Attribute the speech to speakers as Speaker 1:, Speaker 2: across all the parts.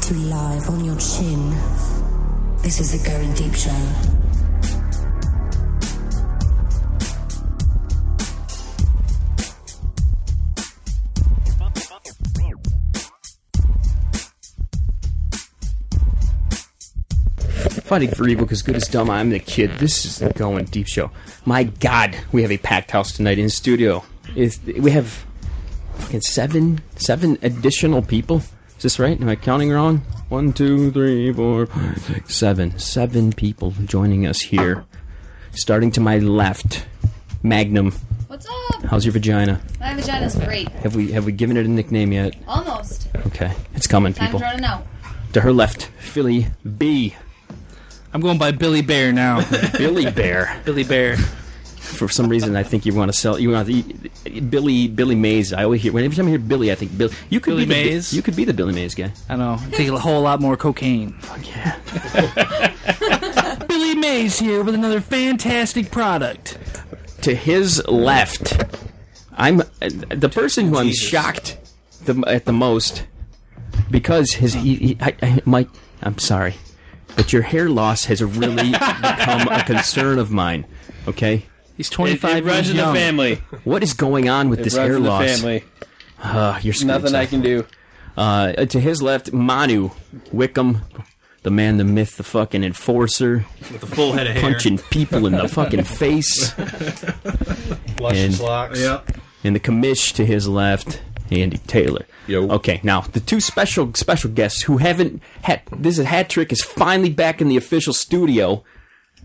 Speaker 1: to live on your chin. This is the Going Deep Show.
Speaker 2: Fighting for evil because good is dumb. I'm the kid. This is the Going Deep Show. My God, we have a packed house tonight in studio. It's, we have fucking seven, seven additional people. Is this right? Am I counting wrong? One, two, three, four, five, six, seven. Seven people joining us here. Starting to my left, Magnum.
Speaker 3: What's up?
Speaker 2: How's your vagina?
Speaker 3: My vagina's great.
Speaker 2: Have we have we given it a nickname yet?
Speaker 3: Almost.
Speaker 2: Okay, it's coming,
Speaker 3: Time's
Speaker 2: people.
Speaker 3: running out.
Speaker 2: To her left, Philly B,
Speaker 4: I'm going by Billy Bear now.
Speaker 2: Billy Bear.
Speaker 4: Billy Bear.
Speaker 2: for some reason, I think you want to sell. You want to, Billy Billy Mays. I always hear whenever time I hear Billy, I think Bill. You could
Speaker 4: Billy
Speaker 2: be the, Bi-
Speaker 4: Mays?
Speaker 2: You could be the Billy Mays guy.
Speaker 4: I know. Take a whole lot more cocaine.
Speaker 2: Yeah.
Speaker 4: Billy Mays here with another fantastic product.
Speaker 2: To his left, I'm uh, the person who I'm
Speaker 5: Jesus.
Speaker 2: shocked the, at the most because his he, he, I, I, Mike. I'm sorry, but your hair loss has really become a concern of mine. Okay,
Speaker 4: He's
Speaker 5: It,
Speaker 4: 25
Speaker 5: it runs
Speaker 4: years
Speaker 5: in the
Speaker 4: young.
Speaker 5: family.
Speaker 2: what is going on with
Speaker 5: It
Speaker 2: this
Speaker 5: runs
Speaker 2: hair
Speaker 5: in the
Speaker 2: loss?
Speaker 5: family.
Speaker 2: Uh, you're screwed,
Speaker 5: Nothing
Speaker 2: son.
Speaker 5: I can do.
Speaker 2: Uh, to his left, Manu Wickham, the man, the myth, the fucking enforcer,
Speaker 6: with a full head of hair.
Speaker 2: punching people in the fucking face,
Speaker 6: Luscious
Speaker 2: And-
Speaker 6: locks.
Speaker 2: and the commish to his left, Andy Taylor.
Speaker 5: Yo.
Speaker 2: Okay, now the two special special guests who haven't had this is hat trick is finally back in the official studio.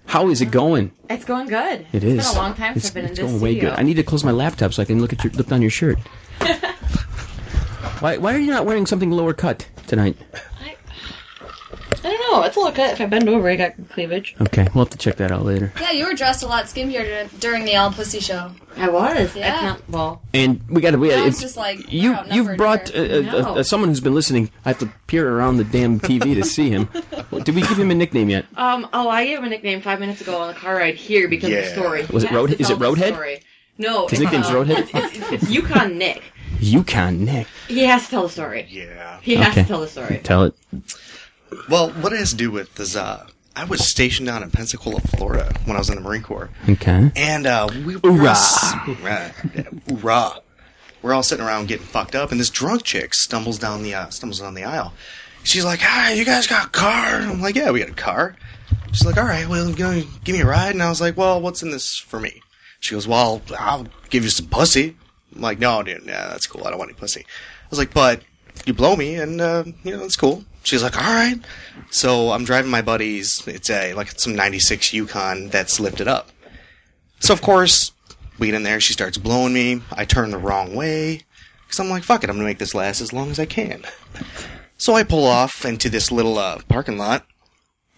Speaker 2: How is it going?
Speaker 7: It's going good.
Speaker 2: It is.
Speaker 7: It's been a long time since
Speaker 2: It's-
Speaker 7: I've been in
Speaker 2: it's
Speaker 7: this
Speaker 2: going way
Speaker 7: studio.
Speaker 2: good. I need to close my laptop so I can look at your look down your shirt. why why are you not wearing something lower cut tonight?
Speaker 7: I don't know. It's a look at if I bend over, I got cleavage.
Speaker 2: Okay, we'll have to check that out later.
Speaker 3: Yeah, you were dressed a lot skimpier dur- during the All Pussy show.
Speaker 7: I was.
Speaker 3: Yeah.
Speaker 7: It's not well.
Speaker 2: and we got to. We
Speaker 3: Now
Speaker 2: gotta,
Speaker 3: it's
Speaker 2: if-
Speaker 3: just like, we're
Speaker 2: you.
Speaker 3: outnumbered
Speaker 2: You've brought
Speaker 3: here.
Speaker 2: uh, uh,
Speaker 7: No.
Speaker 2: uh, someone who's been listening. I have to peer around the damn TV to see him. Well, Did we give him a nickname yet?
Speaker 7: Um. Oh, I gave him a nickname five minutes ago on the car ride here because of the story.
Speaker 2: Was it
Speaker 7: Yes,
Speaker 2: Road-
Speaker 7: it's
Speaker 2: is it
Speaker 7: all the
Speaker 2: Roadhead?
Speaker 7: story. No.
Speaker 2: His
Speaker 7: it's,
Speaker 2: nickname's
Speaker 7: uh,
Speaker 2: Roadhead.
Speaker 7: It's, it's Yukon Nick.
Speaker 2: Yukon Nick.
Speaker 7: He has to tell the story.
Speaker 6: Yeah.
Speaker 7: He has
Speaker 2: Okay.
Speaker 7: to tell the story.
Speaker 2: Tell it.
Speaker 6: Well, what it has to do with is uh, I was stationed down in Pensacola, Florida, when I was in the Marine Corps,
Speaker 2: Okay.
Speaker 6: and uh, we were
Speaker 2: Hoorah.
Speaker 6: s- uh, hoorah. We're all sitting around getting fucked up, and this drunk chick stumbles down the uh, stumbles down the aisle. She's like, "Hi, you guys got a car?" I'm like, "Yeah, we got a car." She's like, "All right, well, you gonna give me a ride." And I was like, "Well, what's in this for me?" She goes, "Well, I'll give you some pussy." I'm like, "No, dude, nah, that's cool. I don't want any pussy." I was like, "But you blow me, and uh, you know it's cool." She's like, "All right." So I'm driving my buddies. It's a like some '96 Yukon that's lifted up. So of course, we get in there. She starts blowing me. I turn the wrong way because I'm like, "Fuck it, I'm gonna make this last as long as I can." So I pull off into this little uh, parking lot,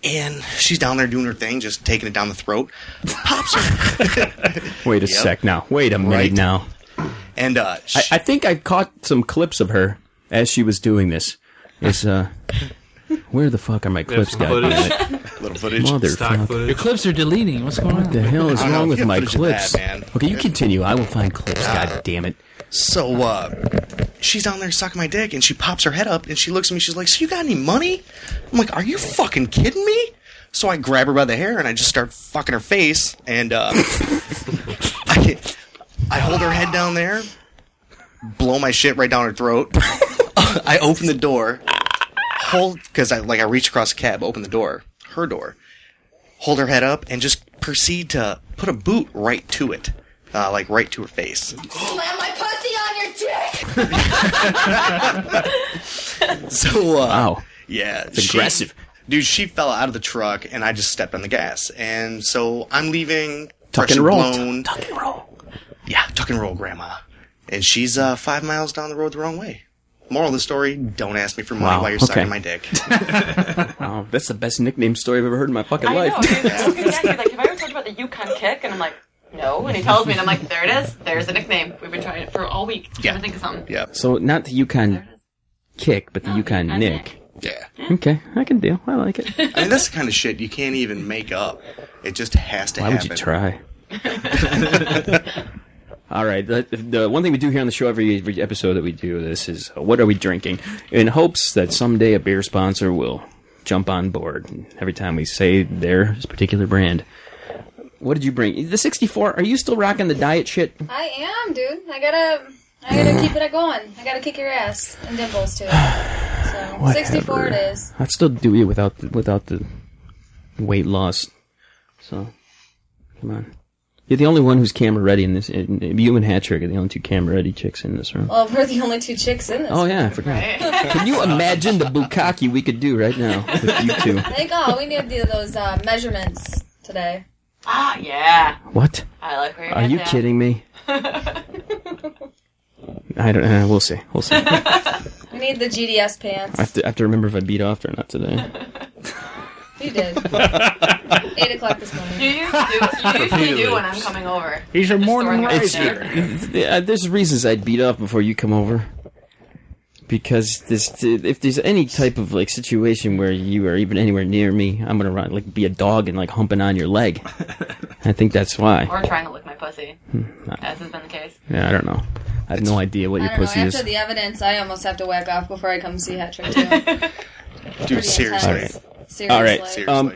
Speaker 6: and she's down there doing her thing, just taking it down the throat. Pops her,
Speaker 2: Wait a sec. Now. Wait a minute.
Speaker 6: Right.
Speaker 2: Now.
Speaker 6: and uh, she,
Speaker 2: I think I caught some clips of her as she was doing this. Is uh, where the fuck are my clips?
Speaker 6: some
Speaker 2: God damn it.
Speaker 6: little footage.
Speaker 2: Motherfucker.
Speaker 4: Your clips are deleting. What's going
Speaker 2: The
Speaker 4: on?
Speaker 2: hell is
Speaker 6: I don't know,
Speaker 2: wrong
Speaker 6: you
Speaker 2: with
Speaker 6: have
Speaker 2: my
Speaker 6: footage of that,
Speaker 2: clips?
Speaker 6: man.
Speaker 2: Okay, you continue. I will find clips. God damn it.
Speaker 6: So uh, she's down there sucking my dick, and she pops her head up, and she looks at me. She's like, "So you got any money?" I'm like, "Are you fucking kidding me?" So I grab her by the hair, and I just start fucking her face, and uh, I, I hold her head down there, blow my shit right down her throat. I open the door, hold because I like I reach across the cab, open the door, her door, hold her head up, and just proceed to put a boot right to it, uh, like right to her face.
Speaker 3: Slam my pussy on your dick!
Speaker 6: So uh,
Speaker 2: Wow.
Speaker 6: Yeah, it's
Speaker 2: aggressive.
Speaker 6: Dude, she fell out of the truck, and I just stepped on the gas, and so I'm leaving.
Speaker 2: Tuck and
Speaker 6: pressure
Speaker 2: roll.
Speaker 6: blown.
Speaker 2: Tuck and roll.
Speaker 6: yeah, tuck and roll, Grandma. And she's uh, five miles down the road the wrong way. Moral of the story: Don't ask me for money
Speaker 2: Wow,
Speaker 6: while you're
Speaker 2: okay.
Speaker 6: sucking my dick.
Speaker 2: Wow, that's the best nickname story I've ever heard in my fucking
Speaker 7: I
Speaker 2: life.
Speaker 7: know. He's looking at me like, have I ever told you about the Yukon kick? And I'm like, no. And he tells me, and I'm like, there it is. There's the nickname. We've been trying it for all week.
Speaker 6: Yeah.
Speaker 7: Trying to think of something.
Speaker 6: yeah,
Speaker 2: So not the Yukon
Speaker 7: There it is.
Speaker 2: kick, but the Yukon
Speaker 7: Yukon
Speaker 2: nick.
Speaker 6: yeah.
Speaker 2: Okay, I can deal. I like it.
Speaker 6: I mean, that's the kind of shit you can't even make up. It just has to
Speaker 2: Why would
Speaker 6: happen.
Speaker 2: you try? All right. The, the one thing we do here on the show every, every episode that we do this is uh, what are we drinking? In hopes that someday a beer sponsor will jump on board every time we say their particular brand. What did you bring? The 64. Are you still rocking the diet shit?
Speaker 3: I am, dude. I gotta, I gotta keep it going. I gotta kick your ass and dimples too. So sixty-four it
Speaker 2: Whatever.
Speaker 3: is.
Speaker 2: I'd still do it without the, without the weight loss. So, come on. You're the only one who's camera ready in this. In, you and Hattrick are the only two camera ready chicks in this room.
Speaker 3: Well, we're the only two chicks in this.
Speaker 2: Oh yeah, I forgot. Can you imagine the bukkake we could do right now with you two?
Speaker 3: Thank God we need the, those uh, measurements today.
Speaker 7: Ah, yeah.
Speaker 2: What?
Speaker 7: I like where you're
Speaker 2: Are
Speaker 7: at
Speaker 2: you
Speaker 7: now.
Speaker 2: kidding me? I don't. Uh, we'll see. We'll see. I
Speaker 3: We need the GDS pants.
Speaker 2: have, to, I have to remember if I beat off or not today.
Speaker 3: You did. Eight o'clock this morning.
Speaker 7: You, used to- you usually do when I'm coming over.
Speaker 5: These are more than
Speaker 7: throwing
Speaker 5: right.
Speaker 7: it out there.
Speaker 2: Yeah, uh, There's reasons I'd beat off before you come over. Because this, if there's any type of like situation where you are even anywhere near me, I'm gonna run like be a dog and like humping on your leg. I think that's why.
Speaker 7: Or trying to lick my pussy, as has been the case.
Speaker 2: Yeah, I don't know. I have no idea what
Speaker 3: I
Speaker 2: your
Speaker 3: don't know.
Speaker 2: pussy
Speaker 3: After
Speaker 2: is.
Speaker 3: the evidence, I almost have to whack off before I come see Hetrick too.
Speaker 6: Dude, seriously.
Speaker 3: intense. Seriously.
Speaker 2: All right.
Speaker 6: Seriously.
Speaker 2: Um,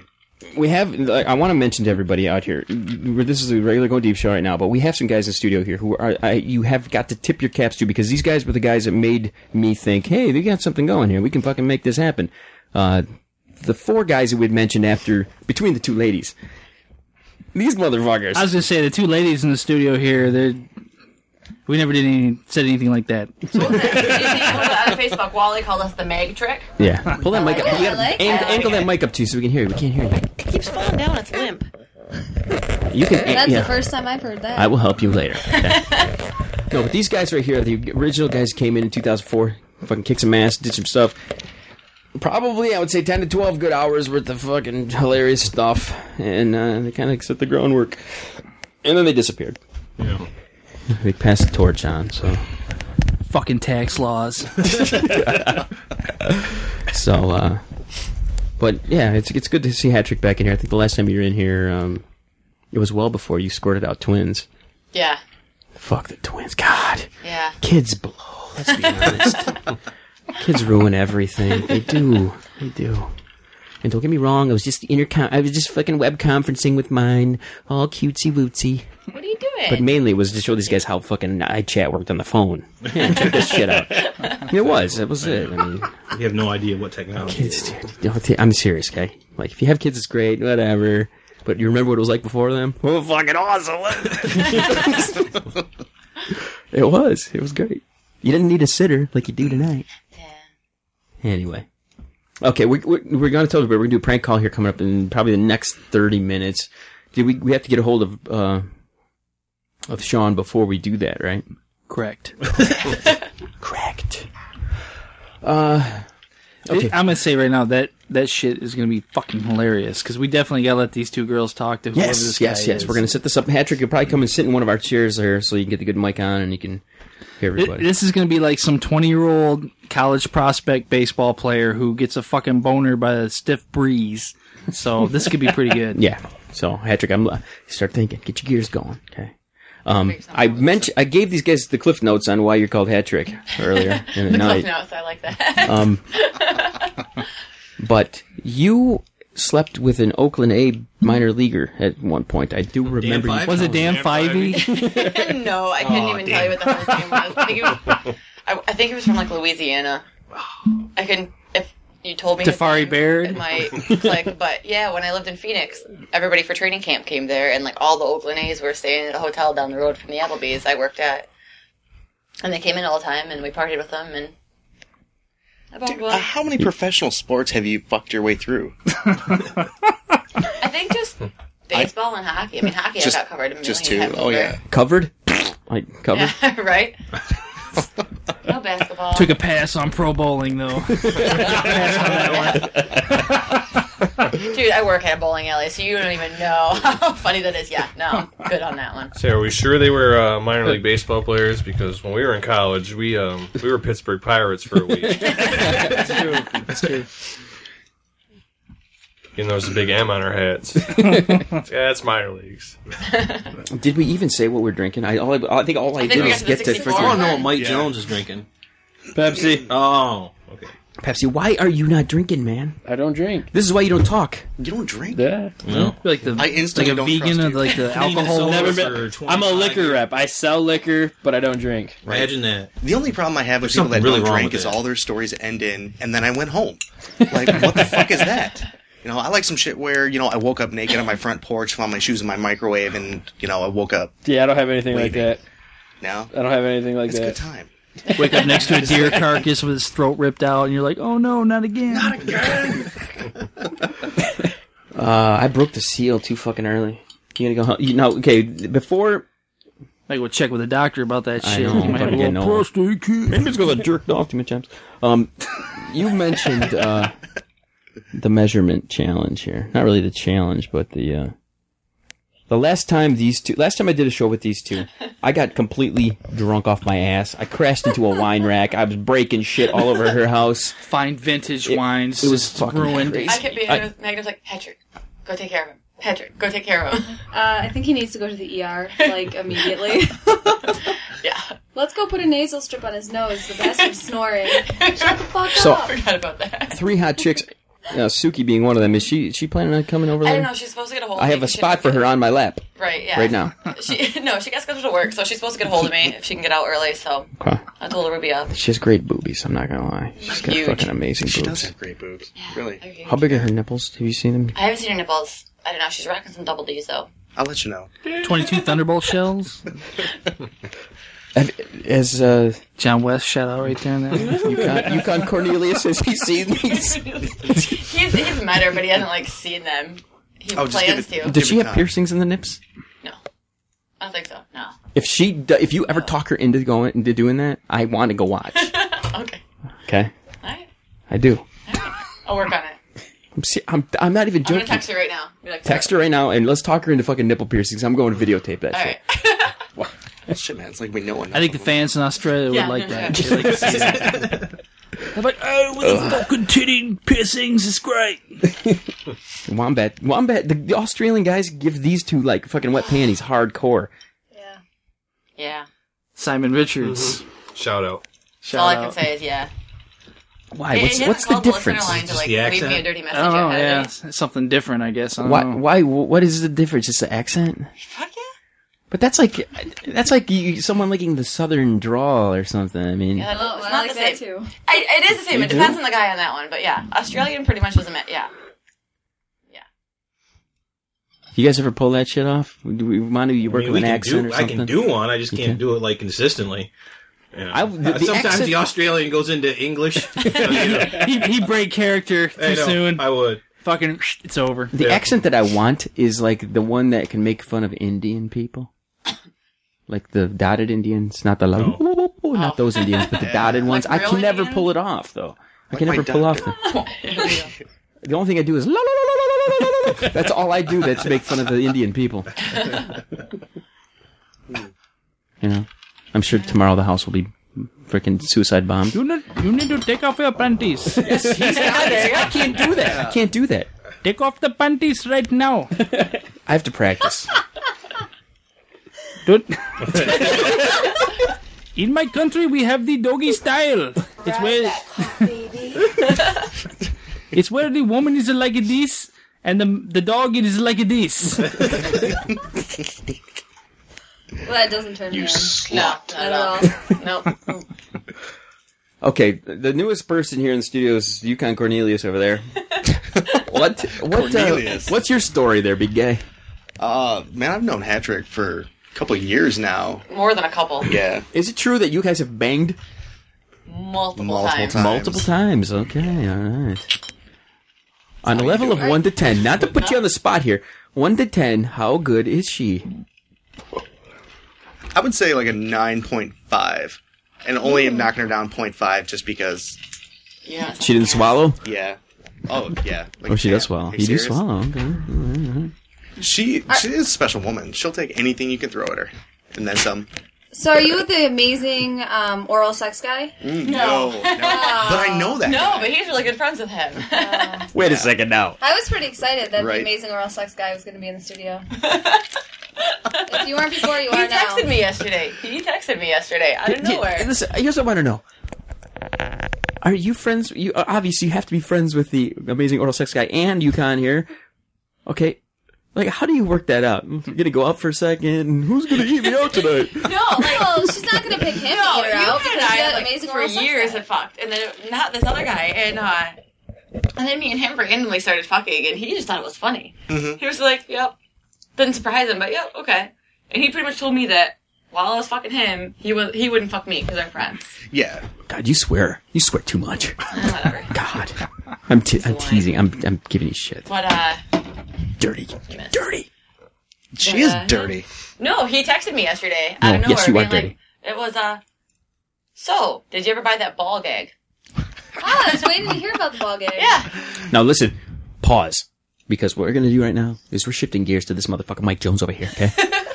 Speaker 2: we have like, i want to mention to everybody out here we're- this is a regular going deep show right now but we have some guys in the studio here who are I, you have got to tip your caps to because these guys were the guys that made me think hey we got something going here we can fucking make this happen uh, the four guys that we'd mentioned after between the two ladies these motherfuckers
Speaker 4: I was gonna say the two ladies in the studio here. They're we never did any said anything like that.
Speaker 7: What was it? You see, what was it on Facebook, Wally called us the Meg trick.
Speaker 2: yeah pull that mic up
Speaker 3: it,
Speaker 2: You
Speaker 3: I
Speaker 2: gotta
Speaker 3: like
Speaker 2: ang-
Speaker 3: it.
Speaker 2: angle that mic up too so we can hear you we can't hear you
Speaker 7: It keeps falling down. It's limp.
Speaker 2: you can
Speaker 3: That's
Speaker 2: yeah.
Speaker 3: the first time I've heard that.
Speaker 2: I will help you later. Okay. no, but these guys right here, the original guys came in in 2004, fucking kicked some ass, did some stuff. Probably, I would say 10 to 12 good hours worth of fucking hilarious stuff, and uh, they kind of set the groundwork. And then they disappeared. Yeah. They passed the torch on, so.
Speaker 4: Fucking tax laws.
Speaker 2: So, uh. But yeah, it's it's good to see Hatrick back in here. I think the last time you were in here, um, it was well before you squirted out twins.
Speaker 7: Yeah,
Speaker 2: Fuck the twins, God.
Speaker 7: yeah.
Speaker 2: kids blow. Let's be honest. kids ruin everything. They do. They do. And don't get me wrong. I was just intercom. I was just fucking web conferencing with mine, all cutesy wootsy.
Speaker 7: What are you doing?
Speaker 2: But mainly it was to show these guys how fucking iChat worked on the phone. Yeah, check this shit out. It was. That was it. I mean,
Speaker 5: You have no idea what technology.
Speaker 2: kids. Dude, don't t- Um, I'm serious, okay? Like, if you have kids, it's great. Whatever. But you remember what it was like before them?
Speaker 6: well, fucking awesome.
Speaker 2: It was. It was great. You didn't need a sitter like you do tonight.
Speaker 7: yeah.
Speaker 2: Anyway. Okay, we, we, we're going to tell you, but we're going to do a prank call here coming up in probably the next 30 minutes. Did we, we have to get a hold of, uh, of Sean before we do that, right?
Speaker 4: Correct.
Speaker 2: Correct.
Speaker 4: It- Uh, I'm gonna say right now that that shit is gonna be fucking hilarious because we definitely gotta let these two girls talk to whoever
Speaker 2: Yes,
Speaker 4: this
Speaker 2: yes,
Speaker 4: guy
Speaker 2: yes.
Speaker 4: is.
Speaker 2: We're going to set this up. Patrick, you'll probably come and sit in one of our chairs there so you can get the good mic on and you can hear
Speaker 4: Th-
Speaker 2: everybody.
Speaker 4: this is gonna be like some 20 year old college prospect baseball player who gets a fucking boner by a stiff breeze. So this could be pretty good.
Speaker 2: Yeah. So Patrick, I'm uh, start thinking. Get your gears going. Okay. Um, I mentioned I gave these guys the cliff notes on why you're called Hatrick earlier in the
Speaker 7: Cliff
Speaker 2: night,
Speaker 7: notes. I like that.
Speaker 2: but you slept with an Oakland A minor leaguer at one point. I do remember. you-
Speaker 5: Five?
Speaker 4: Was it Dan
Speaker 5: Dan
Speaker 4: Fivey?
Speaker 7: no, I couldn't even tell you what the hell his name was. I think, he was I, I think he was from like Louisiana. I couldn't. If you told me his
Speaker 4: Tafari
Speaker 7: name,
Speaker 4: Baird?
Speaker 7: it might click. But yeah, when I lived in Phoenix, everybody for training camp came there, and like all the Oakland A's were staying at a hotel down the road from the Applebee's I worked at, and they came in all the time, and we partied with them, and. I bumped one.
Speaker 6: Uh, How many professional sports have you fucked your way through?
Speaker 7: I think just baseball and hockey. I mean, hockey
Speaker 6: Just-
Speaker 7: I got covered. A million
Speaker 6: Just two?
Speaker 7: times
Speaker 6: Oh
Speaker 7: over.
Speaker 6: yeah.
Speaker 2: covered. Like covered.
Speaker 7: Yeah, right? no basketball.
Speaker 4: Took a pass on pro bowling though.
Speaker 7: Dude, I work at a bowling alley, so you don't even know how funny that is. Yeah, no, good on that one.
Speaker 8: Say, are we sure they were uh, minor league baseball players? Because when we were in college, we um, we were Pittsburgh Pirates for a week. even though there's a big M on our hats. yeah, it's minor leagues.
Speaker 2: Did we even say what we're drinking? I all I, I think all I,
Speaker 7: think
Speaker 2: did
Speaker 7: we
Speaker 2: was get
Speaker 7: got to the
Speaker 2: to
Speaker 7: 64.
Speaker 5: Oh
Speaker 2: freaking
Speaker 5: no, Mike
Speaker 6: Yeah.
Speaker 5: Jones is drinking.
Speaker 9: Pepsi.
Speaker 5: Oh, okay.
Speaker 2: Pepsi. Why are you not drinking, man?
Speaker 9: I don't drink.
Speaker 2: This is why you don't talk.
Speaker 6: You don't drink.
Speaker 9: Yeah.
Speaker 5: No.
Speaker 4: Like the
Speaker 6: I instantly
Speaker 4: like a
Speaker 6: don't
Speaker 4: vegan
Speaker 6: trust
Speaker 4: and
Speaker 6: you.
Speaker 4: like the alcohol.
Speaker 9: Never
Speaker 5: For
Speaker 9: been.
Speaker 5: 25
Speaker 9: I'm a liquor
Speaker 5: years.
Speaker 9: rep. I sell liquor, but I don't drink.
Speaker 5: Imagine that.
Speaker 6: The only problem I have with
Speaker 5: There's
Speaker 6: people that
Speaker 5: something really
Speaker 6: don't
Speaker 5: wrong
Speaker 6: drink
Speaker 5: with
Speaker 6: is
Speaker 5: that.
Speaker 6: all their stories end in, and then I went home. Like, what the fuck is that? You know, I like some shit where, you know, I woke up naked on my front porch, found my shoes in my microwave, and, you know, I woke up
Speaker 9: Yeah, I don't have anything like
Speaker 6: Waving.
Speaker 9: that.
Speaker 6: now.
Speaker 9: I don't have anything like
Speaker 6: It's a
Speaker 9: that.
Speaker 6: good time.
Speaker 4: Wake up next to a deer carcass with its throat ripped out, and you're like, "Oh no, not again!"
Speaker 2: Uh, I broke the seal too fucking early. You gotta go home. You know, okay. Before
Speaker 4: Like, we'll check with the doctor about that
Speaker 2: I
Speaker 4: shit.
Speaker 2: know,
Speaker 4: You
Speaker 2: I'm
Speaker 4: might have a
Speaker 2: fucking
Speaker 4: little
Speaker 2: old.
Speaker 4: prostate cancer.
Speaker 2: it's because I jerked off too many times. Um, you mentioned uh, the measurement challenge here. Not really the challenge, but the uh, the last time these two, last time I did a show with these two, I got completely drunk off my ass. I crashed into a wine rack. I was breaking shit all over her house.
Speaker 4: Find vintage
Speaker 2: It-
Speaker 4: wines.
Speaker 2: it was
Speaker 4: just
Speaker 2: fucking
Speaker 4: ruined.
Speaker 2: crazy.
Speaker 7: I kept being
Speaker 2: I-
Speaker 7: with Magnus like, Patrick, go take care of him. Patrick, go take care of him.
Speaker 3: Uh, I think he needs to go to the ER, like, immediately.
Speaker 7: yeah.
Speaker 3: Let's go put a nasal strip on his nose. The bastard's snoring. Shut the fuck
Speaker 2: So-
Speaker 3: up.
Speaker 7: Forgot about that.
Speaker 2: Three hot chicks, uh, Suki being one of them. Is she is she planning on coming over
Speaker 7: I
Speaker 2: there?
Speaker 7: don't know. She's supposed to get a hold. of
Speaker 2: I
Speaker 7: me.
Speaker 2: have a
Speaker 7: She
Speaker 2: spot
Speaker 7: didn't
Speaker 2: for
Speaker 7: get-
Speaker 2: her on my lap
Speaker 7: Right. Yeah.
Speaker 2: right now.
Speaker 7: She no. She got scheduled to work, so she's supposed to get a hold of me if she can get out early. So
Speaker 2: Okay.
Speaker 7: I told her we'll be up.
Speaker 2: She has great boobies. I'm not gonna lie. She's got
Speaker 7: Huge.
Speaker 2: fucking amazing
Speaker 6: She does
Speaker 2: boobs.
Speaker 6: have great boobs. Really.
Speaker 7: Okay.
Speaker 2: How big are her nipples? Have you seen them?
Speaker 7: I haven't seen her nipples. I don't know. She's rocking some double D's though.
Speaker 6: I'll let you know.
Speaker 4: Twenty-two Thunderbolt shells.
Speaker 2: Have, as uh,
Speaker 4: John West shout out right there. In there.
Speaker 2: Yukon, Yukon Cornelius, has he seen these?
Speaker 7: He's he's met her, but he hasn't like seen them. He
Speaker 6: Oh, just give
Speaker 7: plans
Speaker 6: it-
Speaker 7: to.
Speaker 2: Did she
Speaker 6: me
Speaker 2: have
Speaker 6: time.
Speaker 2: piercings in the nips?
Speaker 7: No. I don't think so. No.
Speaker 2: If she, do, if you ever talk her into going into doing that, I want to go watch.
Speaker 7: Okay.
Speaker 2: Okay,
Speaker 7: All right.
Speaker 2: I do.
Speaker 7: I'll work on it.
Speaker 2: I'm se- I'm, I'm not even
Speaker 7: I'm gonna
Speaker 2: joking.
Speaker 7: text her right now. Be like,
Speaker 2: Text her right now and let's talk her into fucking nipple piercings. I'm going to videotape that
Speaker 7: All
Speaker 2: shit.
Speaker 7: right.
Speaker 6: Shit, man. It's like we know enough.
Speaker 4: I think the
Speaker 6: of
Speaker 4: fans in Australia
Speaker 7: Yeah.
Speaker 4: would like that. They'd like to see that. They're like, oh, with the fucking titty piercings, it's great.
Speaker 2: Wombat, wombat. The, the Australian guys give these two like fucking wet panties, hardcore.
Speaker 3: Yeah.
Speaker 7: Yeah.
Speaker 4: Simon Richards.
Speaker 8: Shout out.
Speaker 4: Shout
Speaker 7: All I
Speaker 4: out.
Speaker 7: can say is yeah.
Speaker 2: Why? What's
Speaker 7: It- it hasn't
Speaker 2: what's the
Speaker 7: called listener
Speaker 2: difference?
Speaker 7: Line to, like,
Speaker 5: the
Speaker 7: leave me a
Speaker 5: accent?
Speaker 7: dirty message
Speaker 4: I don't know.
Speaker 7: ahead of
Speaker 4: Yeah,
Speaker 7: it.
Speaker 4: it's something different, I guess. I don't
Speaker 2: Why?
Speaker 4: know.
Speaker 2: Why? What is the difference? It's the accent.
Speaker 7: Fuck yeah.
Speaker 2: But that's like that's like you, someone licking the southern drawl or something. I mean,
Speaker 7: Yeah,
Speaker 3: Oh,
Speaker 7: it's
Speaker 3: I
Speaker 7: not
Speaker 3: like
Speaker 7: the
Speaker 3: that,
Speaker 7: same.
Speaker 3: too.
Speaker 7: I, it is the same.
Speaker 2: You
Speaker 7: it
Speaker 2: do?
Speaker 7: depends on the guy on that one, but yeah, Australian pretty much doesn't matter. Yeah,
Speaker 2: you guys ever pull that shit off? Do we mind if you
Speaker 5: I
Speaker 2: work
Speaker 5: mean,
Speaker 2: with
Speaker 5: we
Speaker 2: an
Speaker 5: can
Speaker 2: accent
Speaker 5: do,
Speaker 2: or
Speaker 5: I
Speaker 2: something?
Speaker 5: can do one. I just can't
Speaker 2: can?
Speaker 5: do it like consistently. Yeah.
Speaker 2: I- the-
Speaker 5: Uh,
Speaker 2: the
Speaker 5: Sometimes
Speaker 2: accent-
Speaker 5: the Australian goes into English You know,
Speaker 4: he, he break character too
Speaker 5: I know,
Speaker 4: soon.
Speaker 5: I would.
Speaker 4: fucking, it's over.
Speaker 2: The
Speaker 5: Yeah.
Speaker 2: accent that I want is like the one that can make fun of Indian people, like the dotted Indians, not the like, not those Indians, but the dotted ones. I
Speaker 7: real
Speaker 2: can never
Speaker 7: Indians?
Speaker 2: pull it off though. I can
Speaker 6: my
Speaker 2: never pull off.
Speaker 6: doctor.
Speaker 2: The, the only thing I do is la la la la la la la, la la. That's all I do. That's make fun of the Indian people. you know, I'm sure tomorrow the house will be freaking suicide bombed.
Speaker 4: You need, you need to take off your panties.
Speaker 2: I can't do that. I can't do that.
Speaker 4: take off the panties right now.
Speaker 2: I have to practice.
Speaker 4: Don't. In my country, we have the doggy style. It's where it's where the woman is like this, and the the dog it is like this.
Speaker 3: Well, that doesn't turn me on.
Speaker 7: no,
Speaker 3: Not
Speaker 7: not
Speaker 3: at
Speaker 7: all.
Speaker 3: all.
Speaker 7: Nope.
Speaker 2: Okay, the newest person here in the studio is Yukon Cornelius over there. what? What? Uh,
Speaker 6: Cornelius.
Speaker 2: what's your story there, big guy?
Speaker 6: Uh, man, I've known Hatrick for a couple of years now.
Speaker 7: More than a couple,
Speaker 6: Yeah.
Speaker 2: Is it true that you guys have banged
Speaker 7: multiple,
Speaker 6: Multiple
Speaker 7: times.
Speaker 6: times.
Speaker 2: multiple times? Okay, all right. On a level of one to ten, not to put you on the spot here, one to ten, how good is she?
Speaker 6: I would say like a 9.5. And only am knocking her down 0.5 just because,
Speaker 7: You know, it's
Speaker 2: She didn't
Speaker 7: like,
Speaker 2: swallow.
Speaker 6: yeah. Oh, yeah. Like,
Speaker 2: Oh, she does
Speaker 6: damn.
Speaker 2: swallow.
Speaker 6: Are
Speaker 2: You do
Speaker 6: serious?
Speaker 2: swallow. Okay. all right, all right.
Speaker 6: She, she is a special woman. She'll take anything you can throw at her. And then some.
Speaker 3: So are you the amazing um, oral sex guy?
Speaker 6: No, no. but I know that.
Speaker 7: No,
Speaker 6: guy.
Speaker 7: but he's really good friends with him.
Speaker 3: Oh,
Speaker 2: Wait a second now.
Speaker 3: I was pretty excited that
Speaker 6: Right.
Speaker 3: the amazing oral sex guy was going to be in the studio. if you weren't before, you
Speaker 7: he
Speaker 3: are now.
Speaker 7: texted me yesterday. He texted me yesterday out of nowhere.
Speaker 2: Listen, here's what I want to know. Are you friends? You uh, obviously you have to be friends with the amazing oral sex guy and UConn here. Okay, like how do you work that out? You're gonna go out for a second. Mm-hmm. Who's gonna eat me out tonight?
Speaker 7: No, like
Speaker 3: Well, she's not going to pick him
Speaker 7: no,
Speaker 3: either
Speaker 7: you
Speaker 3: out
Speaker 7: and
Speaker 3: because
Speaker 7: I
Speaker 3: he's got
Speaker 7: like,
Speaker 3: amazing
Speaker 7: for
Speaker 3: oral sex
Speaker 7: years
Speaker 3: guy.
Speaker 7: had fucked, and then not this other guy, and uh, and then me and him were randomly started fucking, and he just thought it was funny.
Speaker 2: Mm-hmm.
Speaker 7: He was like, "Yep," didn't surprise him, but yep, okay. And he pretty much told me that while I was fucking him, he was he wouldn't fuck me because I'm friends.
Speaker 6: Yeah,
Speaker 2: God, you swear. You swear too much.
Speaker 7: Whatever.
Speaker 2: God, I'm te- I'm teasing. I'm I'm giving you shit.
Speaker 7: But uh,
Speaker 2: Dirty, dirty.
Speaker 6: she is
Speaker 7: Yeah.
Speaker 6: dirty.
Speaker 7: uh, no, he texted me yesterday
Speaker 2: No,
Speaker 7: out of nowhere,
Speaker 2: yes, you are
Speaker 7: being like,
Speaker 2: dirty.
Speaker 7: "It was uh, so did you ever buy that ball gag?"
Speaker 3: Ah, I was waiting to hear about the ball game.
Speaker 7: Yeah,
Speaker 2: Now listen, pause. Because what we're gonna do right now is we're shifting gears to this motherfucker Mike Jones over here. Okay,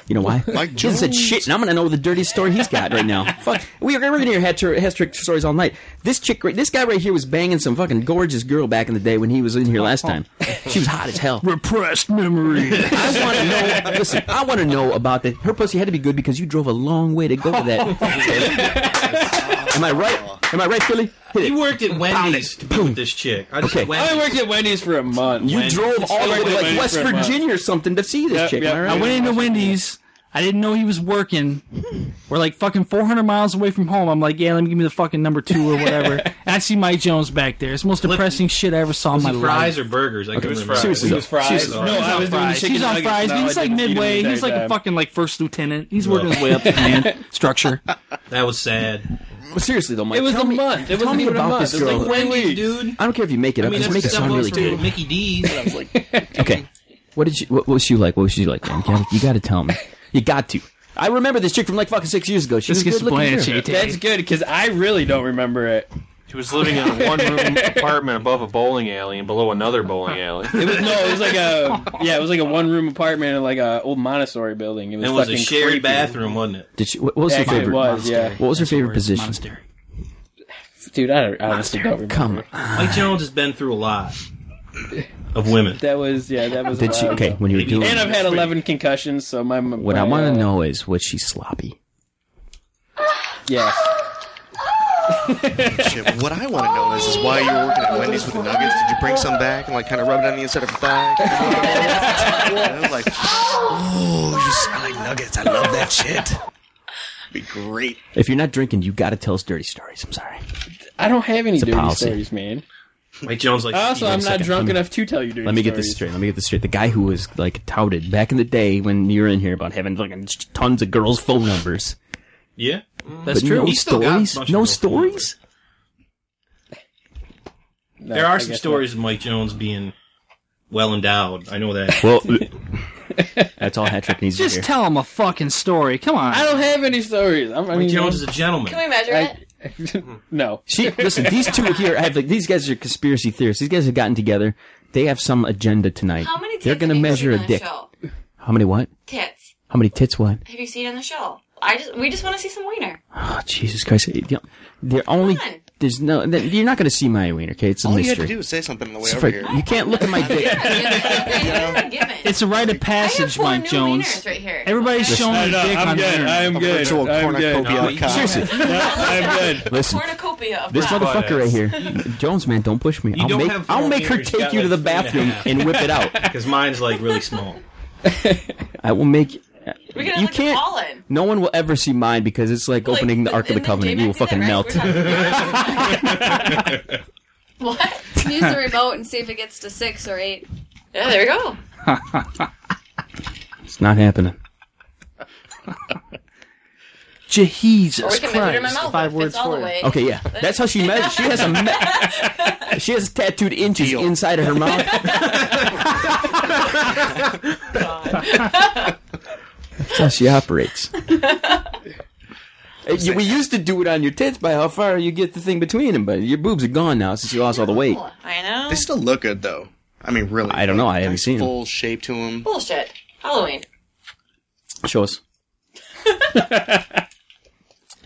Speaker 2: you know why? Mike Jones said shit, and I'm gonna know the dirtiest story he's got right now. Fuck, we are we're gonna hear hatcher- hat-trick stories all night. This chick, right, this guy right here, was banging some fucking gorgeous girl back in the day when he was in here last time. She was hot as hell.
Speaker 4: Repressed memory.
Speaker 2: I want to know. Listen, I want to know about that. Her pussy had to be good because you drove a long way to go to that. Am I right? Am I right, Philly? Hit it.
Speaker 5: He worked at Wendy's to be with this chick. I just
Speaker 2: Okay.
Speaker 9: I
Speaker 5: Wendy's.
Speaker 9: worked at Wendy's for a month.
Speaker 2: You drove all the way to like
Speaker 9: Wendy's
Speaker 2: West
Speaker 9: for a month.
Speaker 2: Virginia or something to see this
Speaker 9: Yep,
Speaker 2: chick.
Speaker 9: yep.
Speaker 2: Am I right?
Speaker 4: I went into Wendy's. I didn't know he was working. We're like fucking 400 miles away from home. I'm like, yeah, let me give me the fucking number two or whatever. And I see Mike Jones back there. It's the most depressing shit I ever saw in my
Speaker 5: Was it fries
Speaker 4: life.
Speaker 5: or burgers? I couldn't
Speaker 8: was
Speaker 5: remember.
Speaker 8: fries.
Speaker 2: Seriously,
Speaker 8: He
Speaker 2: though.
Speaker 8: was fries.
Speaker 2: Seriously.
Speaker 9: No, I was doing the chicken
Speaker 4: He's on
Speaker 9: nuggets.
Speaker 4: fries.
Speaker 9: No, I
Speaker 4: he's like
Speaker 9: didn't eat 'em
Speaker 4: midway.
Speaker 9: the
Speaker 4: He's like
Speaker 9: entire
Speaker 4: a
Speaker 9: time.
Speaker 4: fucking like first lieutenant. He's working his way up the command structure.
Speaker 5: That was sad.
Speaker 2: Seriously though, Mike.
Speaker 9: It was
Speaker 2: tell
Speaker 9: a
Speaker 2: me,
Speaker 9: month. It
Speaker 2: tell
Speaker 9: wasn't
Speaker 2: me
Speaker 9: even a
Speaker 2: about
Speaker 9: month.
Speaker 2: this
Speaker 9: It was
Speaker 2: girl.
Speaker 9: like one
Speaker 5: Wendy's, dude.
Speaker 2: I don't care if you make it up.
Speaker 5: I mean,
Speaker 2: just
Speaker 5: that's
Speaker 2: make it
Speaker 5: a step
Speaker 2: sound
Speaker 5: up
Speaker 2: really
Speaker 5: from
Speaker 2: good.
Speaker 5: Mickey D's.
Speaker 2: Okay. What did she? What was she like? What was she like? Man? You gotta- You got to tell me. You got to. I remember this chick from like fucking six years ago. She
Speaker 4: This
Speaker 2: was
Speaker 4: gets
Speaker 2: good looking.
Speaker 4: bland,
Speaker 2: girl.
Speaker 4: she-
Speaker 9: That's good because I really don't remember it.
Speaker 8: He was living in a one room apartment above a bowling alley and below another bowling alley.
Speaker 9: It was no, it was like a yeah, it was like a one room apartment in like a old Montessori building. It was
Speaker 5: It was a
Speaker 9: fucking
Speaker 5: shared
Speaker 9: creepy.
Speaker 5: bathroom, wasn't it?
Speaker 2: Did she? What what was her
Speaker 9: Yeah, it
Speaker 2: favorite?
Speaker 9: was yeah,
Speaker 2: What was her favorite position?
Speaker 4: Monastery.
Speaker 9: dude. I, don't, I honestly don't remember.
Speaker 2: Come. on.
Speaker 5: Mike Jones has been through a lot of women.
Speaker 9: That was yeah, that was. a
Speaker 2: Did she?
Speaker 9: while
Speaker 2: Okay.
Speaker 9: ago.
Speaker 2: When you were doing.
Speaker 9: And I've had eleven concussions, so my. my
Speaker 2: What I want
Speaker 9: uh,
Speaker 2: to know is was she sloppy?
Speaker 9: Yes.
Speaker 6: Shit, what I want to know is, is why you were working at Wendy's with the nuggets. Did you bring some back and like kind of rub it on the inside of your thigh? And I was like, oh, you smell like nuggets. I love that shit. Be great.
Speaker 2: If you're not drinking, you got to tell us dirty stories. I'm sorry.
Speaker 9: I don't have any
Speaker 2: a
Speaker 9: dirty
Speaker 2: policy.
Speaker 9: stories, man.
Speaker 5: Mike Jones, like,
Speaker 9: Also, I'm not
Speaker 2: second.
Speaker 9: drunk
Speaker 2: Let me-
Speaker 9: enough to tell you dirty.
Speaker 2: Let me get this
Speaker 9: stories.
Speaker 2: straight. Let me get this straight. The guy who was like touted back in the day when you were in here about having fucking tons of girls' phone numbers.
Speaker 5: yeah.
Speaker 4: That's
Speaker 2: But
Speaker 4: true.
Speaker 2: No
Speaker 5: He still got a
Speaker 2: stories.
Speaker 5: bunch of
Speaker 2: No
Speaker 5: girls' phone
Speaker 2: stories.
Speaker 9: No,
Speaker 5: There
Speaker 9: I
Speaker 5: are some
Speaker 9: guess
Speaker 5: stories of Mike Jones being well endowed. I know that.
Speaker 2: Well, that's all Hatrick needs to
Speaker 4: Just
Speaker 2: hear.
Speaker 4: tell him a fucking story. Come on.
Speaker 9: not. I don't have any stories. I'm, I mean,
Speaker 5: Mike Jones is a
Speaker 7: can we
Speaker 5: gentleman.
Speaker 7: measure
Speaker 9: I-
Speaker 7: it?
Speaker 9: no.
Speaker 2: She listen. These two here have like these guys are conspiracy theorists. These guys have gotten together. They have some agenda tonight.
Speaker 7: How many? Tits
Speaker 2: They're gonna
Speaker 7: have you
Speaker 2: measure
Speaker 7: seen
Speaker 2: a
Speaker 7: on the
Speaker 2: dick.
Speaker 7: show?
Speaker 2: How many what?
Speaker 7: Tits.
Speaker 2: How many tits? What?
Speaker 7: Have you seen on the show? I just we just want to see some wiener.
Speaker 2: Oh, Jesus Christ! It- you know, They're only
Speaker 7: on.
Speaker 2: there's no. th- You're not going to see my wiener, okay? It's a
Speaker 6: All you had to
Speaker 2: mystery.
Speaker 6: do was say something on the way
Speaker 2: It's
Speaker 6: over
Speaker 2: for-
Speaker 6: here.
Speaker 2: you can't look at my dick.
Speaker 7: It's a given.
Speaker 4: It's a rite of passage,
Speaker 7: four
Speaker 4: Mike
Speaker 7: new
Speaker 4: Jones.
Speaker 7: wieners right here.
Speaker 4: Everybody's
Speaker 7: Okay?
Speaker 4: showing their dick on
Speaker 9: I'm good.
Speaker 4: the internet.
Speaker 9: I'm good.
Speaker 6: Virtual
Speaker 9: I'm good.
Speaker 6: cornucopia.
Speaker 5: No,
Speaker 6: of cock.
Speaker 2: Seriously,
Speaker 9: I'm good.
Speaker 2: listen.
Speaker 7: Cornucopia of
Speaker 2: This
Speaker 7: cock.
Speaker 2: motherfucker right here, Jones man, don't push me. I'll
Speaker 5: don't
Speaker 2: make
Speaker 5: have four
Speaker 2: I'll make her
Speaker 5: wieners,
Speaker 2: take
Speaker 5: got
Speaker 2: you to
Speaker 5: like
Speaker 2: the
Speaker 5: three and
Speaker 2: bathroom
Speaker 5: a half.
Speaker 2: and whip it out.
Speaker 5: Because mine's like really small.
Speaker 2: I will make.
Speaker 7: We're gonna
Speaker 2: You
Speaker 7: look at
Speaker 2: can't.
Speaker 7: all in.
Speaker 2: No one will ever see mine because it's like
Speaker 7: Like,
Speaker 2: opening the Ark of the
Speaker 7: and then
Speaker 2: Covenant.
Speaker 7: J-Mac
Speaker 2: You will
Speaker 7: did
Speaker 2: fucking
Speaker 7: that,
Speaker 2: melt.
Speaker 7: right? We're talking- what?
Speaker 3: Use the remote and see if it gets to six or eight.
Speaker 7: Yeah, there we go.
Speaker 2: It's not happening.
Speaker 7: Or we
Speaker 4: Jesus
Speaker 7: can measure it in my
Speaker 4: Christ.
Speaker 7: mouth.
Speaker 4: Five
Speaker 7: It fits
Speaker 4: words
Speaker 7: all
Speaker 4: for
Speaker 7: the
Speaker 4: you.
Speaker 7: way.
Speaker 2: Okay, yeah, that's how she measures. She has a me- she has tattooed inches
Speaker 6: Deal.
Speaker 2: inside of her mouth. That's how she operates. Uh, you- we used to do it on your tits by how far you get the thing between them, but your boobs are gone now since you lost all the weight.
Speaker 7: Cool. I know.
Speaker 6: They still look good though. I mean, really.
Speaker 2: I don't know. I haven't seen them.
Speaker 6: Full shape to them.
Speaker 7: Bullshit. Halloween.
Speaker 2: Show us.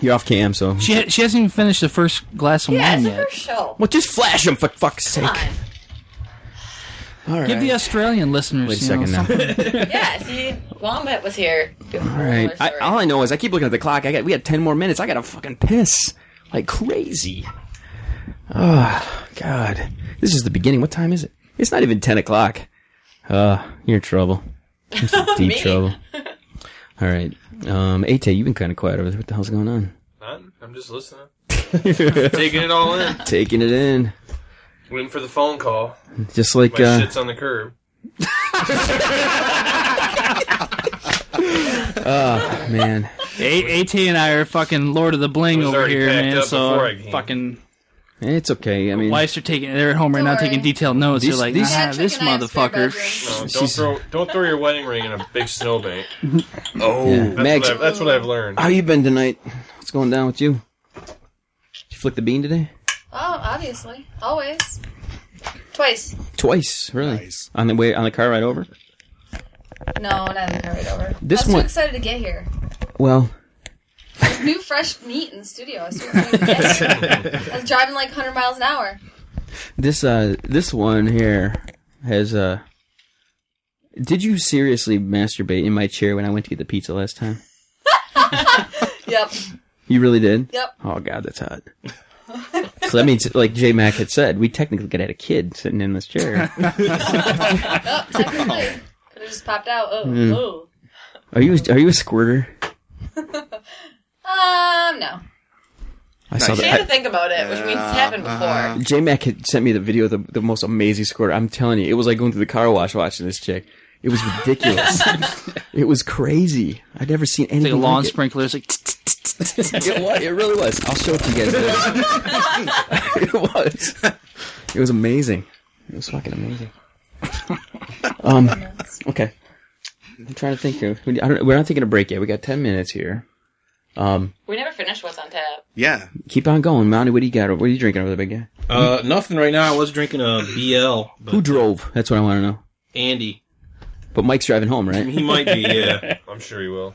Speaker 2: You're off cam, so.
Speaker 4: She ha- she hasn't even finished the first glass of
Speaker 7: Yeah, it's
Speaker 4: wine
Speaker 7: the
Speaker 4: yet.
Speaker 7: first show.
Speaker 2: Well, just flash him for fuck's sake.
Speaker 7: Come
Speaker 2: All right.
Speaker 4: Give the Australian listeners
Speaker 2: Wait a
Speaker 4: you know,
Speaker 2: second now.
Speaker 4: something.
Speaker 7: on. yeah, see, Wombat was here.
Speaker 2: All right. I, all I know is I keep looking at the clock. I got we got ten more minutes. I gotta fucking piss like crazy. Oh God, this is the beginning. What time is it? It's not even ten o'clock. Uh, you're in trouble. You're in deep
Speaker 7: Me.
Speaker 2: trouble. All right, um, Ate, you've been kind of quiet over there. What the hell's going on?
Speaker 8: Not, I'm just listening. Taking it all in.
Speaker 2: Taking it in,
Speaker 8: Waiting for the phone call.
Speaker 2: just like
Speaker 8: My
Speaker 2: uh,
Speaker 8: shit's on the curb.
Speaker 2: man.
Speaker 4: A- AT and I are fucking Lord of the Bling
Speaker 8: It was
Speaker 4: over
Speaker 8: already
Speaker 4: here,
Speaker 8: packed
Speaker 4: man.
Speaker 8: up before I
Speaker 4: So
Speaker 8: came.
Speaker 4: fucking
Speaker 2: It's okay. I mean,
Speaker 4: wives are taking they're at home right now
Speaker 3: Don't worry.
Speaker 4: taking detailed notes.
Speaker 2: These-
Speaker 4: they're like,
Speaker 2: these-
Speaker 4: "Ah,
Speaker 3: Patrick
Speaker 4: this
Speaker 3: and I have spare
Speaker 4: motherfucker.
Speaker 3: bedrooms.
Speaker 8: No, don't
Speaker 2: She's-
Speaker 8: throw don't throw your wedding ring in a big snowbank.
Speaker 2: oh,
Speaker 8: That's,
Speaker 2: Max,
Speaker 8: what, I've, that's what I've learned.
Speaker 2: how you been tonight? What's going down with you? Did you flick the bean today?
Speaker 3: Oh, obviously, always, twice.
Speaker 2: Twice, really?
Speaker 6: Nice.
Speaker 2: On the way on the car ride over.
Speaker 3: No, not in the right over.
Speaker 2: This
Speaker 3: I was
Speaker 2: one-
Speaker 3: too excited to get here.
Speaker 2: Well,
Speaker 3: There's new fresh meat in the studio. I was too excited to get here. I was driving like 100 miles an hour.
Speaker 2: this uh this one here has uh did you seriously masturbate in my chair when I went to get the pizza last time?
Speaker 3: Yep,
Speaker 2: You really did?
Speaker 3: yep.
Speaker 2: Oh god, that's hot. so that means like J Mac had said, we technically could have had a kid sitting in this chair.
Speaker 3: Oh, technically, could have just popped out. Oh, oh.
Speaker 2: Are you are you a squirter?
Speaker 3: Um, no.
Speaker 2: I Uh, saw
Speaker 6: Nice.
Speaker 7: She had to
Speaker 2: that.
Speaker 7: think about it, which means it's happened before.
Speaker 2: J Mac had sent me the video of the, the most amazing squirter. I'm telling you, it was like going through the car wash watching this chick. It was ridiculous. it was crazy. I'd never seen anything
Speaker 4: Like a lawn
Speaker 2: like it.
Speaker 4: sprinkler. It's like "Tsk, tsk, tsk, tsk."
Speaker 2: It was. It really was. I'll show it to you guys. Later. it was. It was amazing. It was fucking amazing. Um. Okay. I'm trying to think. Of, I don't, we're not taking a break yet. We got ten minutes here. Um.
Speaker 7: We never finished what's on tap.
Speaker 6: Yeah.
Speaker 2: Keep on going, Mounty. What do you got? What are you drinking over there, big guy?
Speaker 5: Uh, nothing right now. I was drinking a BL. But
Speaker 2: Who drove? That's what I want to know.
Speaker 5: Andy.
Speaker 2: But Mike's driving home, right?
Speaker 5: He might be. uh, Yeah.
Speaker 8: I'm sure he will.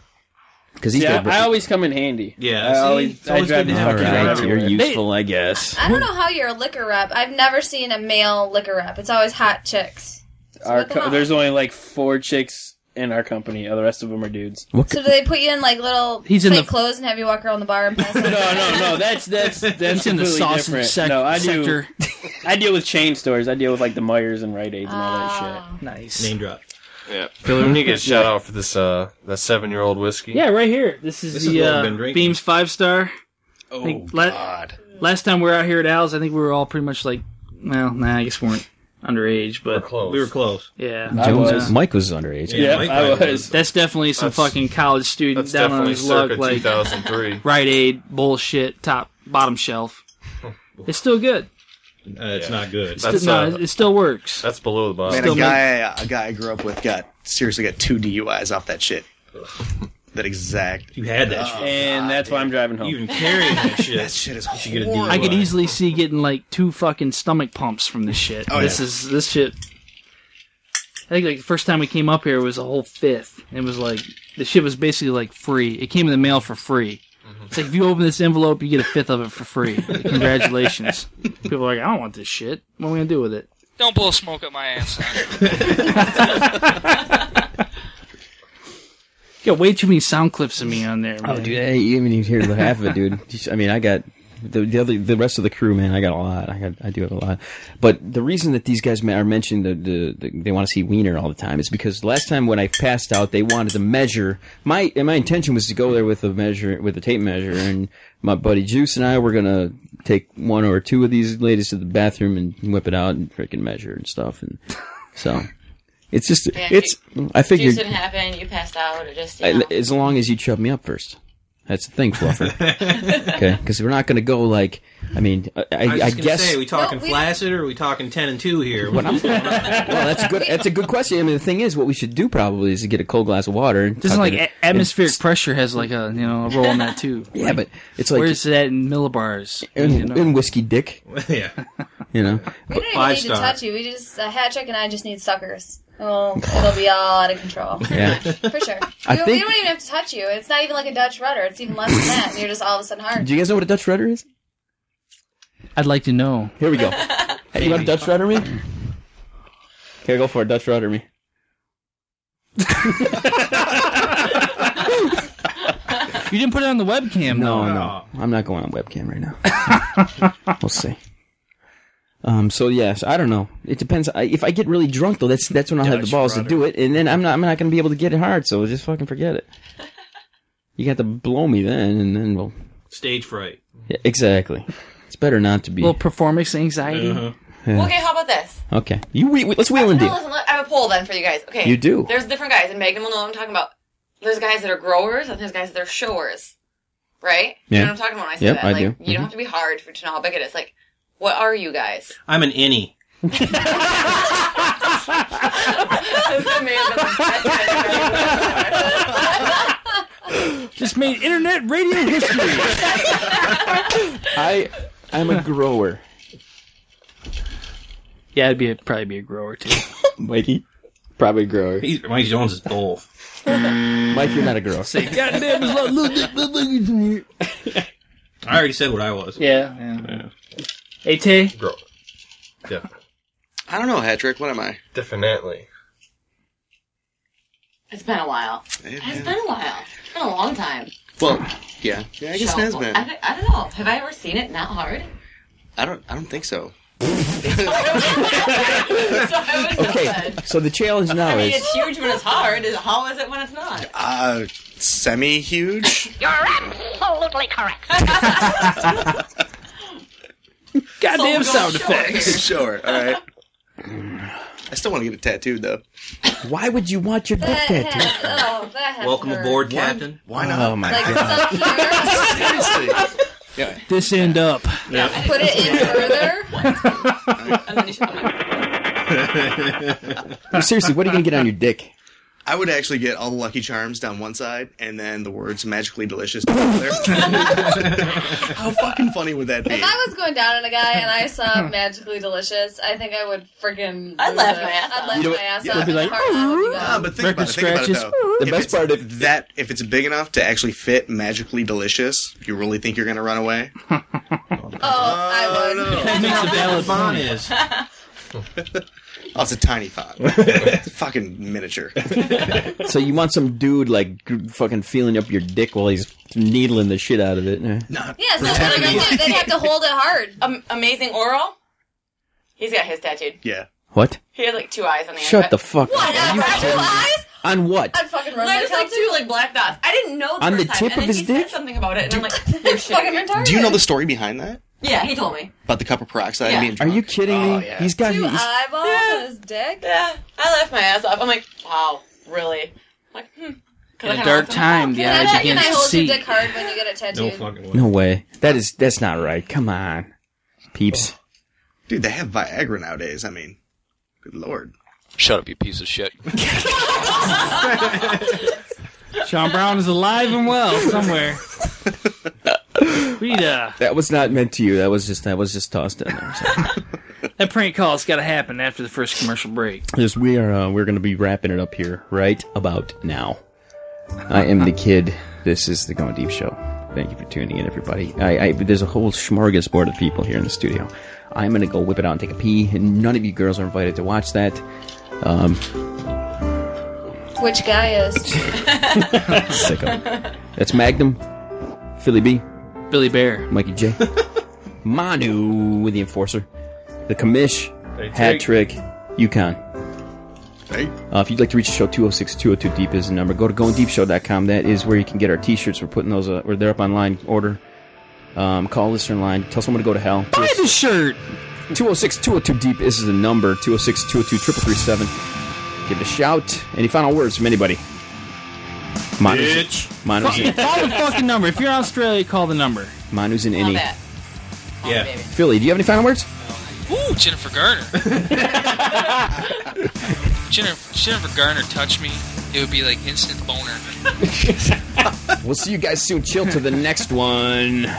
Speaker 2: Because he's
Speaker 9: Yeah,
Speaker 2: got-
Speaker 9: I always come in handy.
Speaker 5: Yeah,
Speaker 9: I
Speaker 5: see?
Speaker 9: always
Speaker 5: It's
Speaker 9: I
Speaker 5: always
Speaker 9: drive
Speaker 5: good to
Speaker 9: these
Speaker 5: have
Speaker 2: All
Speaker 9: fucking
Speaker 5: you
Speaker 2: right,
Speaker 5: around.
Speaker 2: you're
Speaker 9: everywhere.
Speaker 2: useful, I guess.
Speaker 3: I don't know how you're a liquor rep. I've never seen a male liquor rep. It's always hot chicks.
Speaker 9: Our
Speaker 3: Look them
Speaker 9: co-
Speaker 3: up.
Speaker 9: there's only like four chicks in our company. The rest of them are dudes.
Speaker 2: What?
Speaker 3: So do they put you in like little
Speaker 4: He's in
Speaker 3: tight
Speaker 4: the-
Speaker 3: clothes and have you walk around the bar and pass out?
Speaker 9: No, no, no. That's that's that's
Speaker 4: It's in the sausage
Speaker 9: different.
Speaker 4: sec-
Speaker 9: no, I do.
Speaker 4: sector.
Speaker 9: I deal with chain stores. I deal with like the Myers and Rite Aids and all that
Speaker 3: Ah.
Speaker 4: Nice.
Speaker 5: Name drop.
Speaker 8: Yeah. Philly, when you get shot out for this uh that seven year old whiskey.
Speaker 4: Yeah, right here. This is
Speaker 5: This is
Speaker 4: the
Speaker 5: what I've
Speaker 4: uh,
Speaker 5: been drinking.
Speaker 4: Beams five star. I
Speaker 6: Oh
Speaker 4: think let-
Speaker 6: God.
Speaker 4: Last time we were out here at Al's, I think we were all pretty much like, well, nah, I guess we weren't underage,
Speaker 8: We're
Speaker 4: but
Speaker 8: close.
Speaker 5: We were close.
Speaker 4: yeah, uh,
Speaker 9: I
Speaker 2: Jones-
Speaker 9: was.
Speaker 2: Mike was underage.
Speaker 9: shit.
Speaker 5: Yeah,
Speaker 9: Yep,
Speaker 5: Mike
Speaker 9: I
Speaker 5: probably
Speaker 9: was.
Speaker 4: that's definitely some
Speaker 8: That's-
Speaker 4: fucking college student
Speaker 8: That's
Speaker 4: down on
Speaker 8: definitely
Speaker 4: his luck,
Speaker 8: circa
Speaker 4: like
Speaker 8: 2003.
Speaker 4: Rite Aid bullshit, top bottom shelf. It's still good.
Speaker 5: Uh, it's not good.
Speaker 4: Still-
Speaker 8: That's,
Speaker 4: no,
Speaker 8: uh,
Speaker 4: it still works.
Speaker 8: That's below the bottom.
Speaker 6: Man,
Speaker 4: Still
Speaker 6: a guy, a guy I grew up with got seriously got two DUIs off that shit. That exact.
Speaker 5: you had that
Speaker 9: shit.
Speaker 5: shit.
Speaker 9: And that's why I'm driving home.
Speaker 5: Uh, Oh, You even carrying that shit.
Speaker 6: That shit is
Speaker 5: should get a
Speaker 6: horrible.
Speaker 4: I could
Speaker 8: why?
Speaker 4: easily see getting like two fucking stomach pumps from this shit.
Speaker 6: Oh,
Speaker 4: this
Speaker 6: yeah.
Speaker 4: is this shit. I think like the first time we came up here was a whole fifth. It was like the shit was basically like free. It came in the mail for free.
Speaker 6: Mm-hmm.
Speaker 4: It's like if you open this envelope, you get a fifth of it for free. Like, congratulations. People are like, I don't want this shit. What am I gonna do with it?
Speaker 10: Don't blow smoke up my ass. son.
Speaker 4: You got way too many sound clips of me on there. Man.
Speaker 2: Oh, dude, I you even hear the half of it, dude. Just- I mean, I got the the, other, the rest of the crew, man. I got a lot. I got I do have a lot. But the reason that these guys ma- are mentioning the, the, the they want to see Wiener all the time is because last time when I passed out, they wanted to measure my and my intention was to go there with a measure with a tape measure, and my buddy Juice and I were gonna take one or two of these ladies to the bathroom and whip it out and freaking measure and stuff, and so. It's just, it's. I
Speaker 7: Juice
Speaker 2: figured
Speaker 7: didn't happen. You passed out, or just
Speaker 2: I-
Speaker 7: you know.
Speaker 2: as long as you chub me up first. That's the thing, Fluffer. okay, because we're not going to go like. I mean, I, I,
Speaker 5: I, was
Speaker 2: I
Speaker 5: just gonna
Speaker 2: guess.
Speaker 5: Say, are we talking
Speaker 3: No, we-
Speaker 5: flaccid or are we talking ten and two here?
Speaker 2: What I'm- well, that's good. That's a good question. I mean, the thing is, what we should do probably is to get a cold glass of water. And
Speaker 4: Just
Speaker 2: tuck
Speaker 4: like E-
Speaker 2: it in.
Speaker 4: a- atmospheric pressure has like a you know a role in that too.
Speaker 2: yeah, but it's like
Speaker 4: Where's that in millibars? You
Speaker 2: in,
Speaker 4: know?
Speaker 2: in whiskey dick.
Speaker 5: yeah.
Speaker 2: You know,
Speaker 3: We don't even
Speaker 5: Five
Speaker 3: need
Speaker 5: star.
Speaker 3: to touch you. We just uh, Hatchick and I just need suckers. Well, it'll be all out of control.
Speaker 2: Yeah.
Speaker 3: For sure.
Speaker 2: I
Speaker 3: We, we
Speaker 2: think-
Speaker 3: don't even have to touch you. It's not even like a Dutch rudder. It's even less than that. And you're just all of a sudden hard.
Speaker 2: Do you guys know what a Dutch rudder is?
Speaker 4: I'd like to know.
Speaker 2: Here we go. Hey, you want a Dutch rudder me? Okay, go for it. Dutch rudder me.
Speaker 4: You didn't put it on the webcam,
Speaker 2: No,
Speaker 4: though.
Speaker 2: no, I'm not going on webcam right now. we'll see. Um. So yes, I don't know. It depends. I, if I get really drunk though, that's that's when I'll have the
Speaker 6: Dutch
Speaker 2: balls to
Speaker 6: rudder.
Speaker 2: do it, and then I'm not I'm not gonna be able to get it hard. So just fucking forget it. You got to blow me then, and then we'll.
Speaker 5: Stage fright.
Speaker 2: Yeah, exactly. It's better not to be.
Speaker 4: little performance anxiety.
Speaker 5: Uh-huh.
Speaker 2: Yeah.
Speaker 7: Okay, how about this?
Speaker 2: Okay. You we, we- let's wheel and
Speaker 7: No,
Speaker 2: deal.
Speaker 7: listen, let- I have a poll then for you guys. Okay.
Speaker 2: You do.
Speaker 7: There's different guys, and Megan will know what I'm talking about. There's guys that are growers, and there's guys that are showers. Right? You
Speaker 2: Yeah.
Speaker 7: know what I'm talking about when I say
Speaker 2: Yep,
Speaker 7: that.
Speaker 2: I
Speaker 7: like,
Speaker 2: do. Mm-hmm.
Speaker 7: you don't have to be hard for to know how big it is. Like, what are you guys?
Speaker 5: I'm an innie.
Speaker 7: That may have been the best answer.
Speaker 4: Just made internet radio history.
Speaker 2: I I'm a grower,
Speaker 4: yeah, it'd be a, probably be a grower too.
Speaker 2: Mikey. Probably a grower.
Speaker 5: He's, Mike Jones is both.
Speaker 2: Mike, you're not a grower.
Speaker 4: Goddamn, it's like little dick, little dick, little dick.
Speaker 5: I already said what I was.
Speaker 4: Yeah, yeah. Hey, Tay.
Speaker 8: Grow. Yeah.
Speaker 6: I don't know, Hedrick. What am I?
Speaker 8: Definitely.
Speaker 7: It's been a while. It's
Speaker 6: Yeah.
Speaker 7: been a while. It's been a long time.
Speaker 6: Well, yeah. Yeah, I guess it has
Speaker 7: So,
Speaker 6: been.
Speaker 7: I, I don't know. Have I ever seen it not hard?
Speaker 6: I don't. I don't think so.
Speaker 7: so I would know
Speaker 2: Okay.
Speaker 7: that.
Speaker 2: So the challenge
Speaker 7: I
Speaker 2: now
Speaker 7: mean,
Speaker 2: is
Speaker 7: it's huge when it's hard. Is How is it when it's not?
Speaker 6: Uh, semi huge.
Speaker 11: You're absolutely correct.
Speaker 4: Goddamn
Speaker 7: So
Speaker 4: sound
Speaker 7: short.
Speaker 4: effects.
Speaker 6: sure. All right. I still want to get it tattooed though.
Speaker 2: why would you want your dick
Speaker 3: That
Speaker 2: tattooed?
Speaker 3: has, oh, that has
Speaker 5: Welcome
Speaker 3: hurt.
Speaker 5: aboard, Captain.
Speaker 6: Why
Speaker 2: Oh
Speaker 6: not?
Speaker 2: my
Speaker 3: Like,
Speaker 2: god.
Speaker 3: suck here,
Speaker 6: Seriously. Yeah.
Speaker 4: This end up.
Speaker 3: put it in further.
Speaker 7: And then you should-
Speaker 2: Seriously, what are you gonna get on your dick?
Speaker 6: I would actually get all the Lucky Charms down one side, and then the words "magically delicious" down the other. How fucking funny would that be?
Speaker 3: If I was going down on a guy and I saw magically delicious, I think I would freaking.
Speaker 7: I'd
Speaker 3: lose
Speaker 7: laugh
Speaker 3: it.
Speaker 7: my ass
Speaker 3: I'd
Speaker 7: off.
Speaker 3: laugh
Speaker 6: You know
Speaker 3: my
Speaker 6: what?
Speaker 3: ass
Speaker 6: Yeah.
Speaker 3: off.
Speaker 6: I'd
Speaker 3: and
Speaker 4: be
Speaker 3: the
Speaker 4: like,
Speaker 3: heart rate would be
Speaker 6: Ah,
Speaker 3: gone.
Speaker 6: but think
Speaker 4: Record
Speaker 6: about it. Think about it
Speaker 4: scratches.
Speaker 6: though.
Speaker 2: The
Speaker 6: If
Speaker 2: best
Speaker 6: it's
Speaker 2: part of-
Speaker 6: that, if it's big enough to actually fit magically delicious, you really think you're gonna run away?
Speaker 3: Oh, I would.
Speaker 5: That's what the font is.
Speaker 6: Oh, it's a tiny font. It's fucking miniature.
Speaker 2: So you want some dude like gr- fucking feeling up your dick while he's needling the shit out of it? eh?
Speaker 6: Not
Speaker 3: Yeah, so like,
Speaker 6: pretending.
Speaker 3: I said, they'd have to hold it hard.
Speaker 7: Am- um, amazing oral. He's got his tattooed.
Speaker 6: Yeah.
Speaker 2: What?
Speaker 7: He had like two eyes on the.
Speaker 2: Shut
Speaker 7: end
Speaker 2: the
Speaker 7: of it.
Speaker 2: fuck
Speaker 3: What?
Speaker 2: up.
Speaker 3: I'd
Speaker 2: You-
Speaker 3: have two eyes?
Speaker 2: on what?
Speaker 3: I'd fucking run
Speaker 7: No,
Speaker 3: like
Speaker 7: there's like two like black dots. I didn't know the
Speaker 2: On the
Speaker 7: first
Speaker 2: tip of
Speaker 7: time, and
Speaker 2: his
Speaker 7: then he
Speaker 2: dick?
Speaker 7: said something about it, and I'm like, you're
Speaker 3: fucking
Speaker 7: shitting. me.
Speaker 3: retarded.
Speaker 6: Do you know the story behind that?
Speaker 7: Yeah, he told me.
Speaker 6: About the cup of peroxide
Speaker 7: Yeah.
Speaker 6: being
Speaker 2: Are
Speaker 6: drunk?
Speaker 2: you kidding me?
Speaker 6: Oh, yeah.
Speaker 2: He's got.
Speaker 3: Two
Speaker 2: He's,
Speaker 3: eyeballs
Speaker 7: Yeah.
Speaker 3: on his dick?
Speaker 7: Yeah, I laughed my ass off. I'm like, wow, really? I'm like, hmm. 'Cause I
Speaker 4: In a
Speaker 7: kinda
Speaker 4: dark
Speaker 7: looked him
Speaker 4: time,
Speaker 7: up.
Speaker 4: the
Speaker 3: Can I
Speaker 4: eye
Speaker 3: bet you and
Speaker 4: begins
Speaker 3: I
Speaker 4: to
Speaker 3: hold
Speaker 4: see.
Speaker 3: your dick hard when you get it
Speaker 5: No
Speaker 3: tattooed.
Speaker 5: fucking way.
Speaker 2: no way. That is. That's not right. Come on, peeps.
Speaker 6: Dude, they have Viagra nowadays. I mean, good lord.
Speaker 10: Shut up, you piece of shit.
Speaker 4: Sean Brown is alive and well somewhere. Rita,
Speaker 2: That was not meant to you. That was just. That was just tossed in there. So.
Speaker 4: that prank call's got to happen after the first commercial break.
Speaker 2: Yes, we are. Uh, we're going to be wrapping it up here right about now. I am the kid. This is the Going Deep Show. Thank you for tuning in, everybody. I, I there's a whole smorgasbord of people here in the studio. I'm going to go whip it out and take a pee. And none of you girls are invited to watch that. Um,
Speaker 3: Which guy is?
Speaker 2: sicko. That's Magnum, Philly B,
Speaker 4: Billy Bear.
Speaker 2: Mikey J, Manu, the Enforcer, the Commish, Hat Trick, Yukon.
Speaker 6: Hey.
Speaker 2: Uh, if you'd like to reach the show, 206-202-DEEP is the number. Go to goingdeepshow.com. That is where you can get our t-shirts. We're putting those, uh, or they're up online. Order. Um, call listener line. Tell someone to go to hell.
Speaker 4: Buy the shirt.
Speaker 2: 206-202-DEEP is the number. 206-202-3337. Give it a shout. Any final words from anybody? Manu's, Manu's, in,
Speaker 4: Call the fucking number. If you're in Australia, call the number.
Speaker 2: Manu's in
Speaker 7: Love
Speaker 2: any.
Speaker 7: that.
Speaker 5: Yeah.
Speaker 7: Baby.
Speaker 2: Philly, do you have any final words?
Speaker 10: Ooh, Jennifer Garner. Jennifer, Jennifer Garner touched me. It would be like instant boner.
Speaker 2: We'll see you guys soon. Chill to the next one.